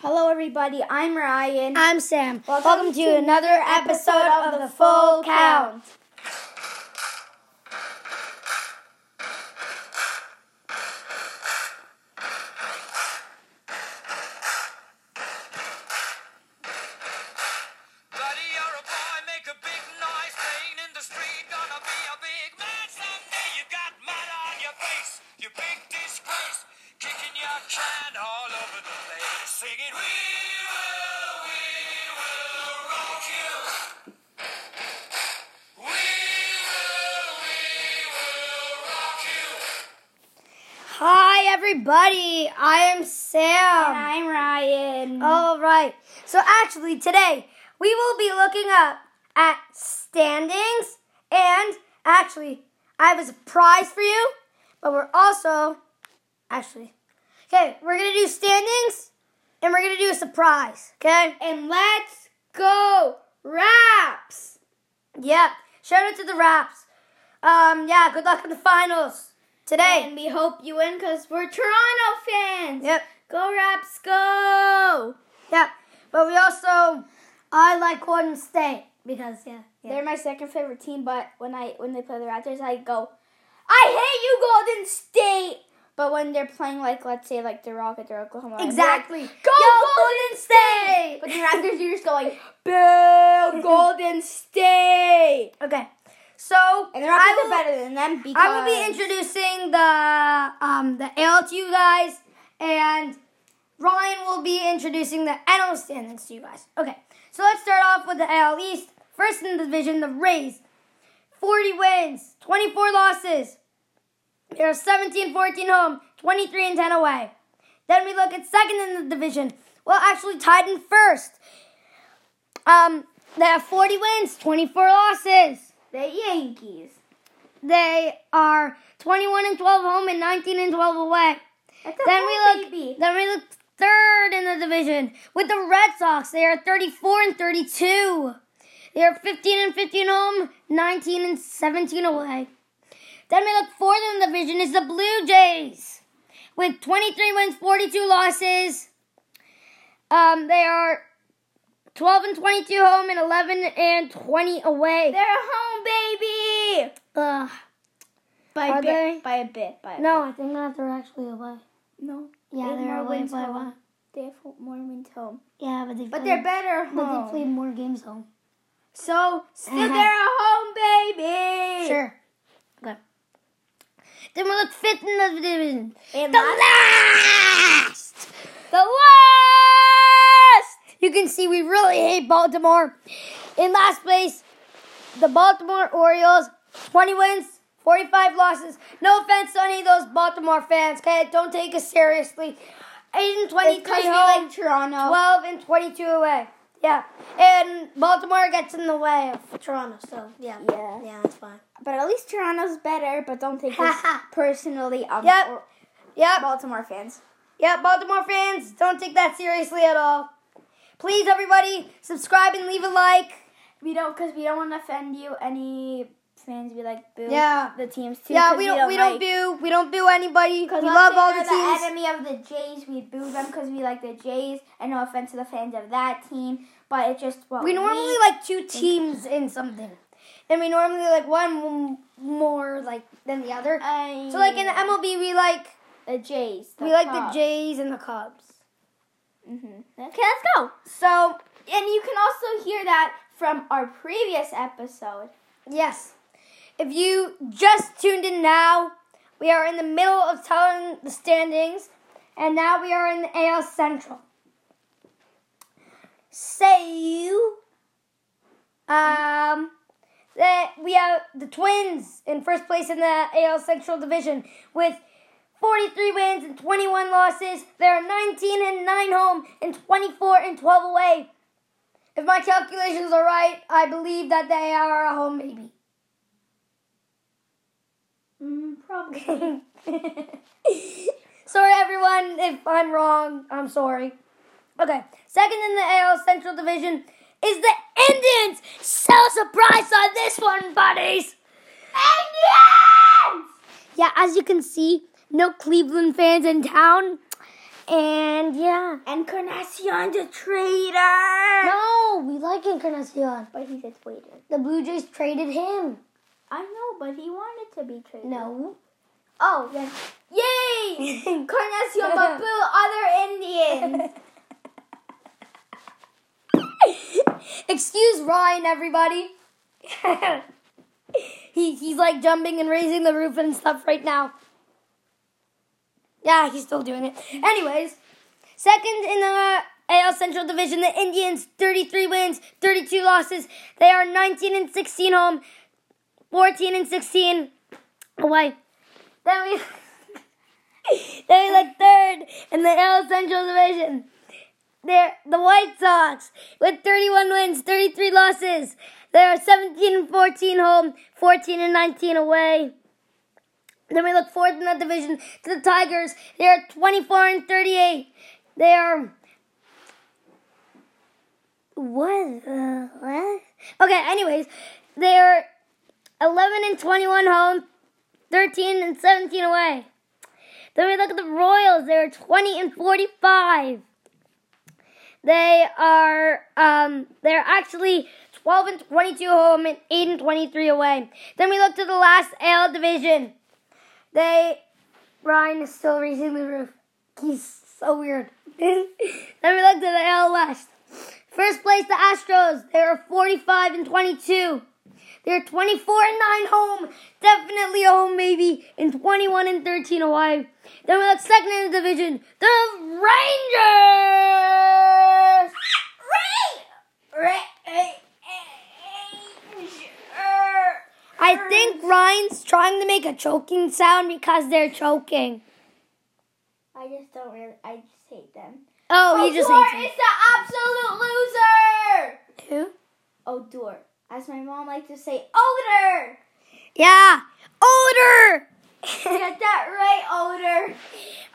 Hello, everybody. I'm Ryan. I'm Sam. Welcome to another episode of The Full Count. Buddy, you're a boy, make a big noise playing in the street. Gonna be a big man someday. You got mud on your face, you big disgrace. Kicking your can all over the place. Singing, We will, we will rock you. We will, we will rock you. Hi, everybody. I am And Sam. I'm Ryan. All right. So, actually, today we will be looking up at standings, and actually, I have a surprise for you, but we're also, actually, okay, we're going to do standings, and we're going to do a surprise, okay? And let's go, Raps! Yep. Shout out to the Raps. Um, yeah, good luck in the finals today. And we hope you win because we're Toronto fans. yep. Go, Raps, go! Yeah, but we also I like Gordon State because yeah, yeah. They're my second favorite team, but when I when they play the Raptors, I go, I hate you, Golden State. But when they're playing like let's say like the Rockets or Oklahoma, I'd be like, exactly. Go Golden State! But the Raptors, you're just going, boo, Golden State. okay, so And the I Raptors will, are better than them because I will be introducing the um the AL to you guys, and Ryan will be introducing the NL standings to you guys. Okay, so let's start off with the AL East. First in the division, the Rays, 40 wins, 24 losses. They're 17 14 home, 23 and 10 away. Then we look at second in the division. Well, actually tied in first. Um, they have 40 wins, 24 losses. the Yankees. They are 21 and 12 home and 19 and 12 away. That's a Then we whole look baby. then we look third in the division with the Red Sox. They are 34 and 32. They are 15 and 15 home, 19 and 17 away. Then we look fourth in the division is the Blue Jays with 23 wins, 42 losses. Um, they are 12 and 22 home and 11 and 20 away. They're a home baby. Ugh. By Are a bit. they? By a bit. By a No, I think that they're actually away. bit. no. Yeah, They they're have more away wins by home. one. They have more wins home, Yeah, but they but played, they're better home. but they played more games home. So still they're a home baby. Sure. Okay. Then we look fifth in the division. And The last- last! The last! You can see we really hate Baltimore. In last place, the Baltimore Orioles, 20 wins, 45 losses. No offense to any of those Baltimore fans, okay? Don't take us seriously. 8 and 23 It's 'cause we home. like Toronto. 12 and 22 away. Yeah. And Baltimore gets in the way of Toronto, so yeah. Yeah. Yeah, that's fine. but at least Toronto's better. But don't take this personally. Um, Yep. or- Yep. Baltimore fans. Yep, Baltimore fans, don't take that seriously at all. Please, everybody, subscribe and leave a like. We don't, cause we don't want to offend you. Any fans be like, boo. Yeah. The teams too. Yeah, 'cause we don't we don't like- boo we don't boo anybody. We 'cause love all the let's say teams. they're the enemy of the Jays. We boo them because we like the Jays. And no offense to the fans of that team, but it's just what We normally like two teams in something, and we normally like one m- more like than the other. I- So like in the MLB, we like the Jays. we like the Jays and the Cubs. hmm Okay, let's go. So And you can also hear that from our previous episode. Yes. If you just tuned in now, we are in the middle of telling the standings, and now we are in the AL Central. So, um, that we have the Twins in first place in the AL Central division with 43 wins and 21 losses. They are 19 and 9 home and 24 and 12 away. If my calculations are right, I believe that they are a home baby. Mm, probably. sorry, everyone, if I'm wrong. I'm sorry. Okay, second in the AL Central Division is the Indians. So surprised on this one, buddies. Indians! Yeah, as you can see, no Cleveland fans in town. And yeah. And Carnacion's a traitor. No, we like Encarnacion. But he's a traitor. The Blue Jays traded him. I know, but he wanted to be traded. No. Oh, yes. Yay! Carnacion, Babu, other Indians. Excuse Ryan, everybody. he, he's like jumping and raising the roof and stuff right now. Yeah, he's still doing it. Anyways, second in the AL Central Division, the Indians, 33 wins, 32 losses. They are 19 and 16 home, 14 and 16 away. Then we. They're like third in the AL Central Division. They're the White Sox with 31 wins, 33 losses. They are 17 and 14 home, 14 and 19 away. Then we look fourth in that division to the Tigers. They are 24 and 38. They are what? the- what? Okay. Anyways, they are 11 and 21 home, 13 and 17 away. Then we look at the Royals. They are 20 and 45. They are um they're actually 12 and 22 home and 8 and 23 away. Then we look to the last AL division. They Ryan is still raising the roof. He's so weird. then we look to the AL West. First place the Astros. They are 45 and 22. They're 24 and 9 home. Definitely a home baby. And 21 and 13 away. Then we look second in the division. The Rangers! I think Ryan's trying to make a choking sound because they're choking. I just don't really, I just hate them. Oh, he just hates me. is the Who? absolute loser. Odor. As my mom likes to say, odor. Yeah. Odor! Get that right, odor.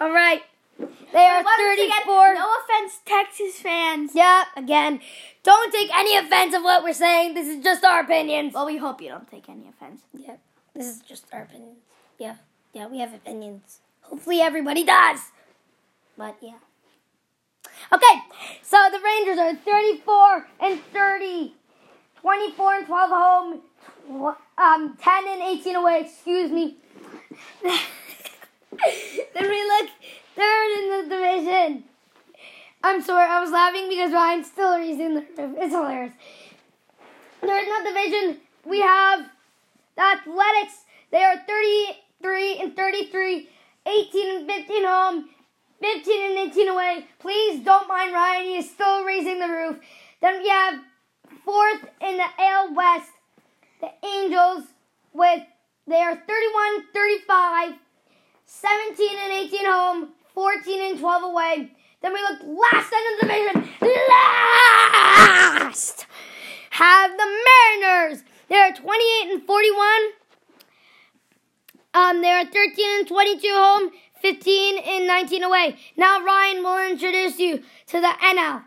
All right. They are Once 34. Again, no offense, Texas fans. Yeah, again, don't take any offense of what we're saying. This is just our opinions. Well, we hope you don't take any offense. Yeah, this is just our opinions. Yeah, yeah, we have opinions. Hopefully, everybody does. But yeah. Okay, so the Rangers are 34 and 30, 24 and 12 home, tw- um, 10 and 18 away. Excuse me. then we look third in the division. I'm sorry, I was laughing because Ryan's still raising the roof. It's hilarious. Third in the division, we have the Athletics, they are 33 and 33, 18 and 15 home, 15 and 18 away. Please don't mind Ryan. He is still raising the roof. Then we have fourth in the AL West, the Angels with they are 31, 35, 17 and 18 home, 14 and 12 away. Then we look last end of the division. Last have the Mariners. They are 28 and 41. Um, they are 13 and 22 home, 15 and 19 away. Now Ryan will introduce you to the NL.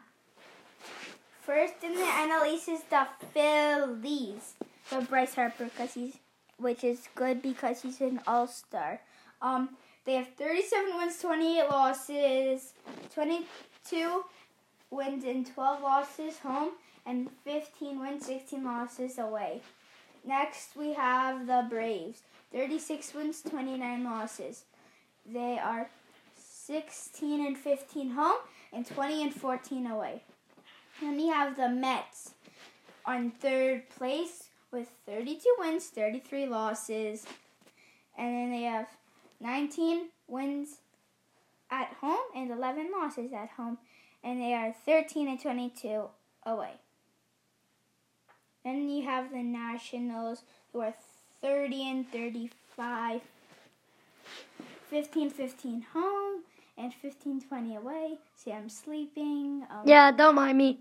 First in the NL East is the Phillies. So Bryce Harper, because he's, which is good because he's an All Star. Um, they have 37 wins, 28 losses, 22 wins and 12 losses home, and 15 wins, 16 losses away. Next we have the Braves. 36 wins, 29 losses. They are 16 and 15 home, and 20 and 14 away. Then we have the Mets on third place with 32 wins, 33 losses. And then they have 19 wins at home and 11 losses at home. And they are 13 and 22 away. Then you have the Nationals who are 30 and 35, 15 15 home, and 15 20 away. See, I'm sleeping. Um, Yeah, don't mind me.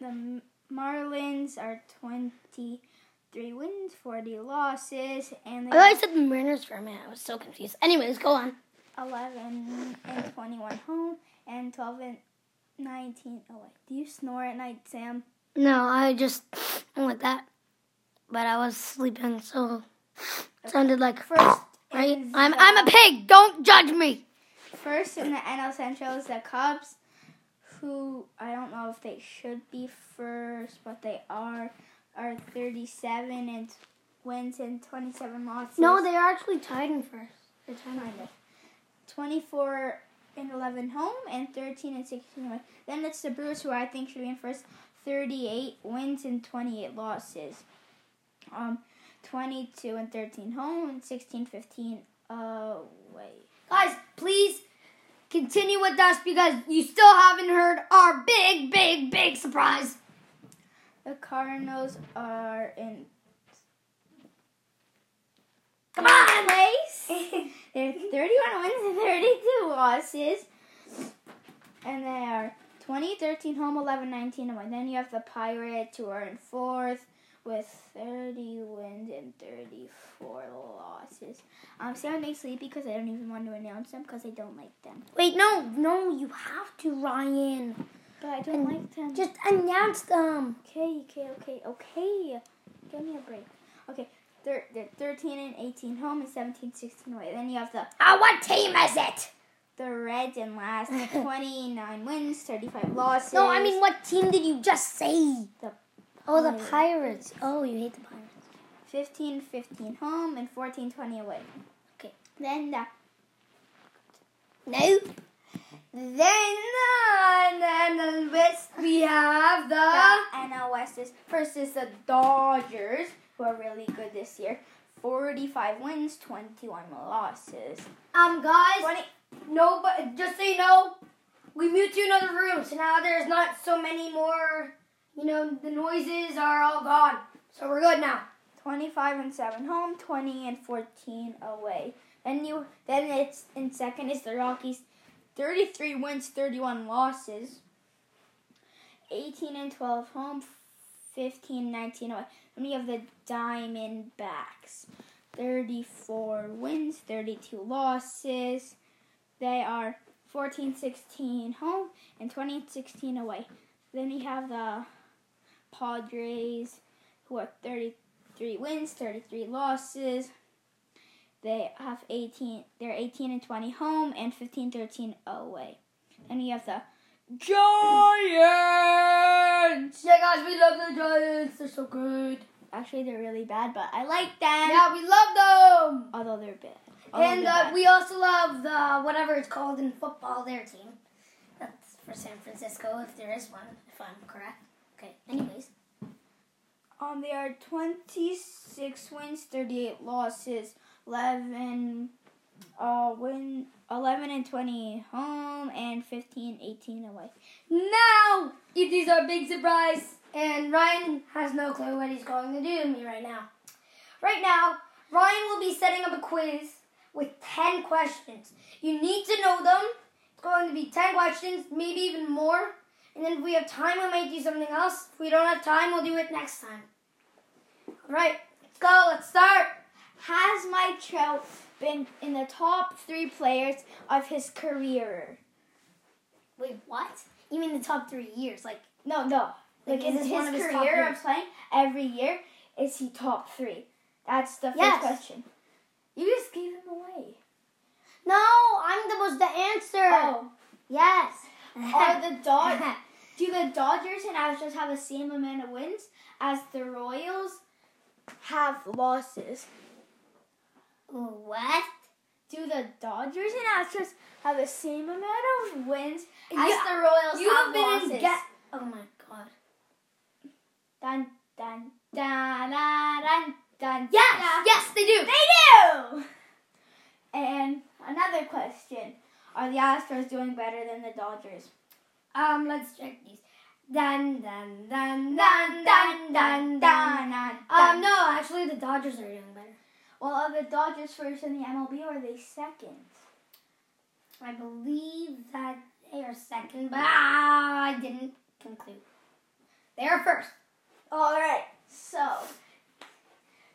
the Marlins are 23 wins, 40 losses, and I they thought are you said the Mariners for a minute. I was so confused. Anyways, go on. 11 and 21 home and 12 and 19 away. Do you snore at night, Sam? No, I just I'm like that, but I was sleeping, so it sounded like First, right. is I'm the- I'm a pig. Don't judge me. First in the NL Central is the Cubs, who I don't know if they should be first, but they are. Are 37 and wins and 27 losses. No, they are actually tied in first. They're trying to 24 and 11 home and 13 and 16 away. Then it's the Brewers, who I think should be in first. 38 wins and 28 losses. Um, 22 and 13 home and 16 15 away. Guys, please continue with us because you still haven't heard our big, big, big surprise. The Cardinals are in Come on! place. They're 31 wins and 32 losses. And they are 20, 13 home, 11, 19 away. Then you have the Pirates, who are in fourth with 30 wins and 34 losses. Um, see, I'm getting sleepy because I don't even want to announce them because I don't like them. Wait, no, no, you have to, Ryan. But I don't like them. Just announce Um, them. Okay, okay, okay, okay. Give me a break. Okay, they're, they're 13 and 18 home and 17, 16 away. Then you have the Uh, what team is it? the Reds in last 29 wins, 35 losses. No, I mean, what team did you just say? The oh, the Pirates. Pirates. Oh, you hate the Pirates. 15 15 home and 14 20 away. Okay. Then the No. Then, uh, and then the list we have the. the NL West is first is the Dodgers, who are really good this year. 45 wins, 21 losses. Um, guys. 20, No, but just so you know, we moved to another room, so now there's not so many more. You know, the noises are all gone, so we're good now. 25 and 7 home, 20 and 14 away. Then you then it's in second is the Rockies, 33 wins, 31 losses. 18 and 12 home, 15 19 away. Then you have the Diamondbacks, 34 wins, 32 losses. They are 14 16 home and 20 16 away. Then you have the Padres, who are 30 three wins, 33 losses. They have 18. They're 18 and 20 home and 15, 13 away. And we have the Giants. Yeah, guys, we love the Giants. They're so good. Actually, they're really bad, but I like them. Yeah, we love them. Although they're bad. Although And Oh, they're uh, bad. we also love the whatever it's called in football, their team. That's for San Francisco, if there is one, if I'm correct. Okay, anyways. um, they are 26 wins, 38 losses, 11 uh win 11 and 20 home and 15 18 away. Now it is our big surprise, and Ryan has no clue what he's going to do to me right now. Right now, Ryan will be setting up a quiz with 10 questions. You need to know them. It's going to be 10 questions, maybe even more. And then if we have time, we might do something else. If we don't have time, we'll do it next time. All right, let's go. Let's start. Has Mike Trout been in the top three players of his career? Wait, what? You mean the top three years? Like, No, no. Like, Like, in is his, this one of his top career of years? playing every year, is he top three? That's the first Yes. question. You just gave him away. no, I'm supposed to answer. Oh, Yes. are the Dod- do the Dodgers and Astros have the same amount of wins as the Royals have losses? what? Do the Dodgers and Astros have the same amount of wins as Yeah, the Royals you have have been in losses? ga- Oh my god. Dun dun dun dun dun dun. Yes, dun. yes, they do. They do. And another question: Are the Astros doing better than the Dodgers? Um, let's check these. Dun dun dun dun dun dun dun. Um, Um, no. no, actually, the Dodgers are doing better. Well, are the Dodgers first in the MLB or are they second? I believe that they are second, but ah, I didn't conclude. They are first. All right. So,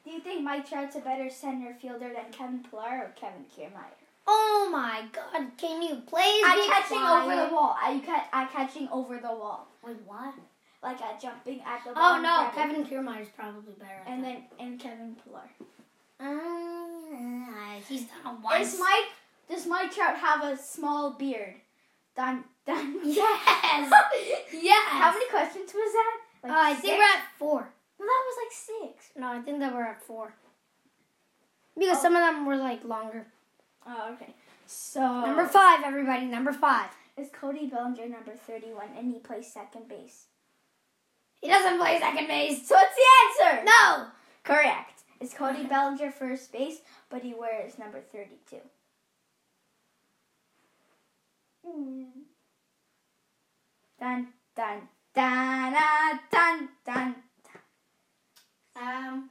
do you think Mike Trout's a better center fielder than Kevin Pillar or Kevin Kiermaier? Oh my god. Can you please I'm be catching quiet? over the wall. I ca- I'm catching over the wall, Wait, what? like I'm jumping at the. Oh wall no, and grabbing- Kevin Kiermaier is probably better. At And that. Ah, then and Kevin Pillar. Um, uh, he's done it once. Is Mike Does Mike Trout have a small beard? Dun, dun. Yes. yes. How many questions was that? Like Uh, I six? think we're at four. No, that was like six. No, I think that we're at four. Because some of them were like longer. Oh, okay. So Number five, everybody. Number five. is Cody Bellinger number thirty-one, and he plays second base. He doesn't play second base. So it's the answer. No. Correct. Is Cody Bellinger first base, but he wears number thirty-two. Hmm. Dun dun dun ah, dun dun Um.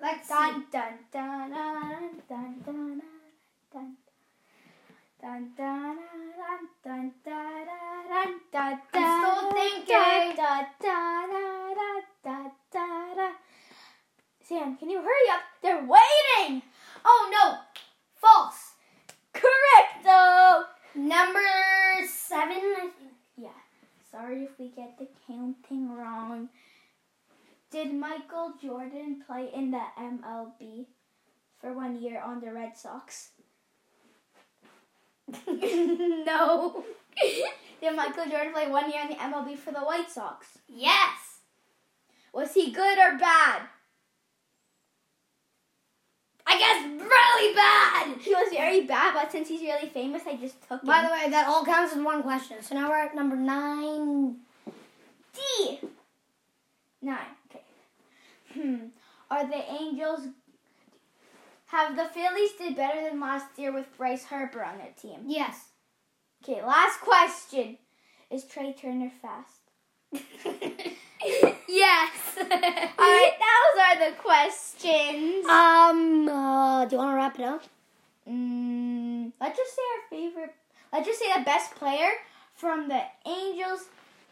Let's see. dun dun dun dun dun dun ah. dun dun dun dun dun dun dun dun I'm still thinking. Sam, can you hurry up? They're waiting. Oh no. False. Correct though. Number seven. I think. Yeah. Sorry if we get the counting wrong. Did Michael Jordan play in the MLB for one year on the Red Sox? no. Did Michael Jordan play one year in the MLB for the White Sox? Yes. Was he good or bad? I guess really bad. He was very bad, but since he's really famous, I just took him. By the way, that all counts as one question. So now we're at number nine. D. Nine. Okay. Hmm. Are the Angels? Have the Phillies did better than last year with Bryce Harper on their team? Yes. Okay. Last question: Is Trey Turner fast? yes. All right. Those are the questions. Um. Uh, do you want to wrap it up? Mm, let's just say our favorite. Let's just say the best player from the Angels,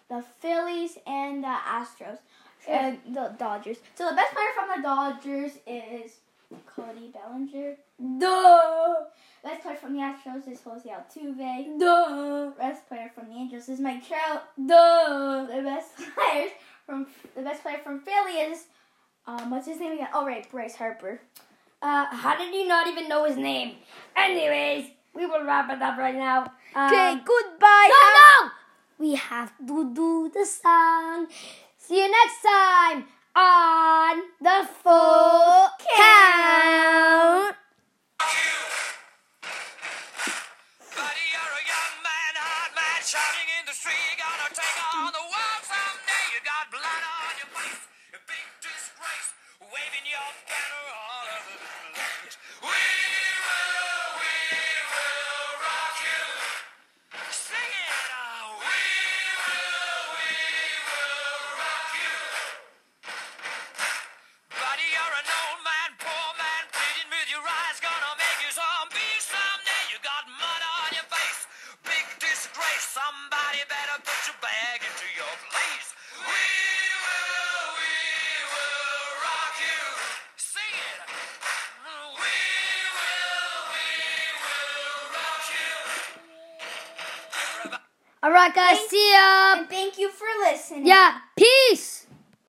the Phillies, and the Astros, and the Dodgers. So the best player from the Dodgers is Cody Bellinger. Duh. Best player from the Astros is Jose Altuve. Duh. Best player from the Angels is Mike Trout. Duh. The best players from the best player from Philly is um what's his name again? Oh right, Bryce Harper. Uh, how did you not even know his name? Anyways, we will wrap it up right now. Um, goodbye. no, no! We have to do the song. See you next time on the full count. Buddy, you're a young man, hard man, shouting in the street. Gonna take on the world someday. You got blood on your face, a big disgrace, waving your banner all over the place. We will, we will rock you. Sing it. uh, we will, we will rock you. Buddy, you're an old man, poor man, pleading with your eyes, gonna make you zombie someday. You got mud on your face, big disgrace. Somebody better put your bag into your place. We will, we will rock you. Sing it. We will, we will rock you. Everybody. All right, guys. See ya. And thank you for listening. Yeah. Peace.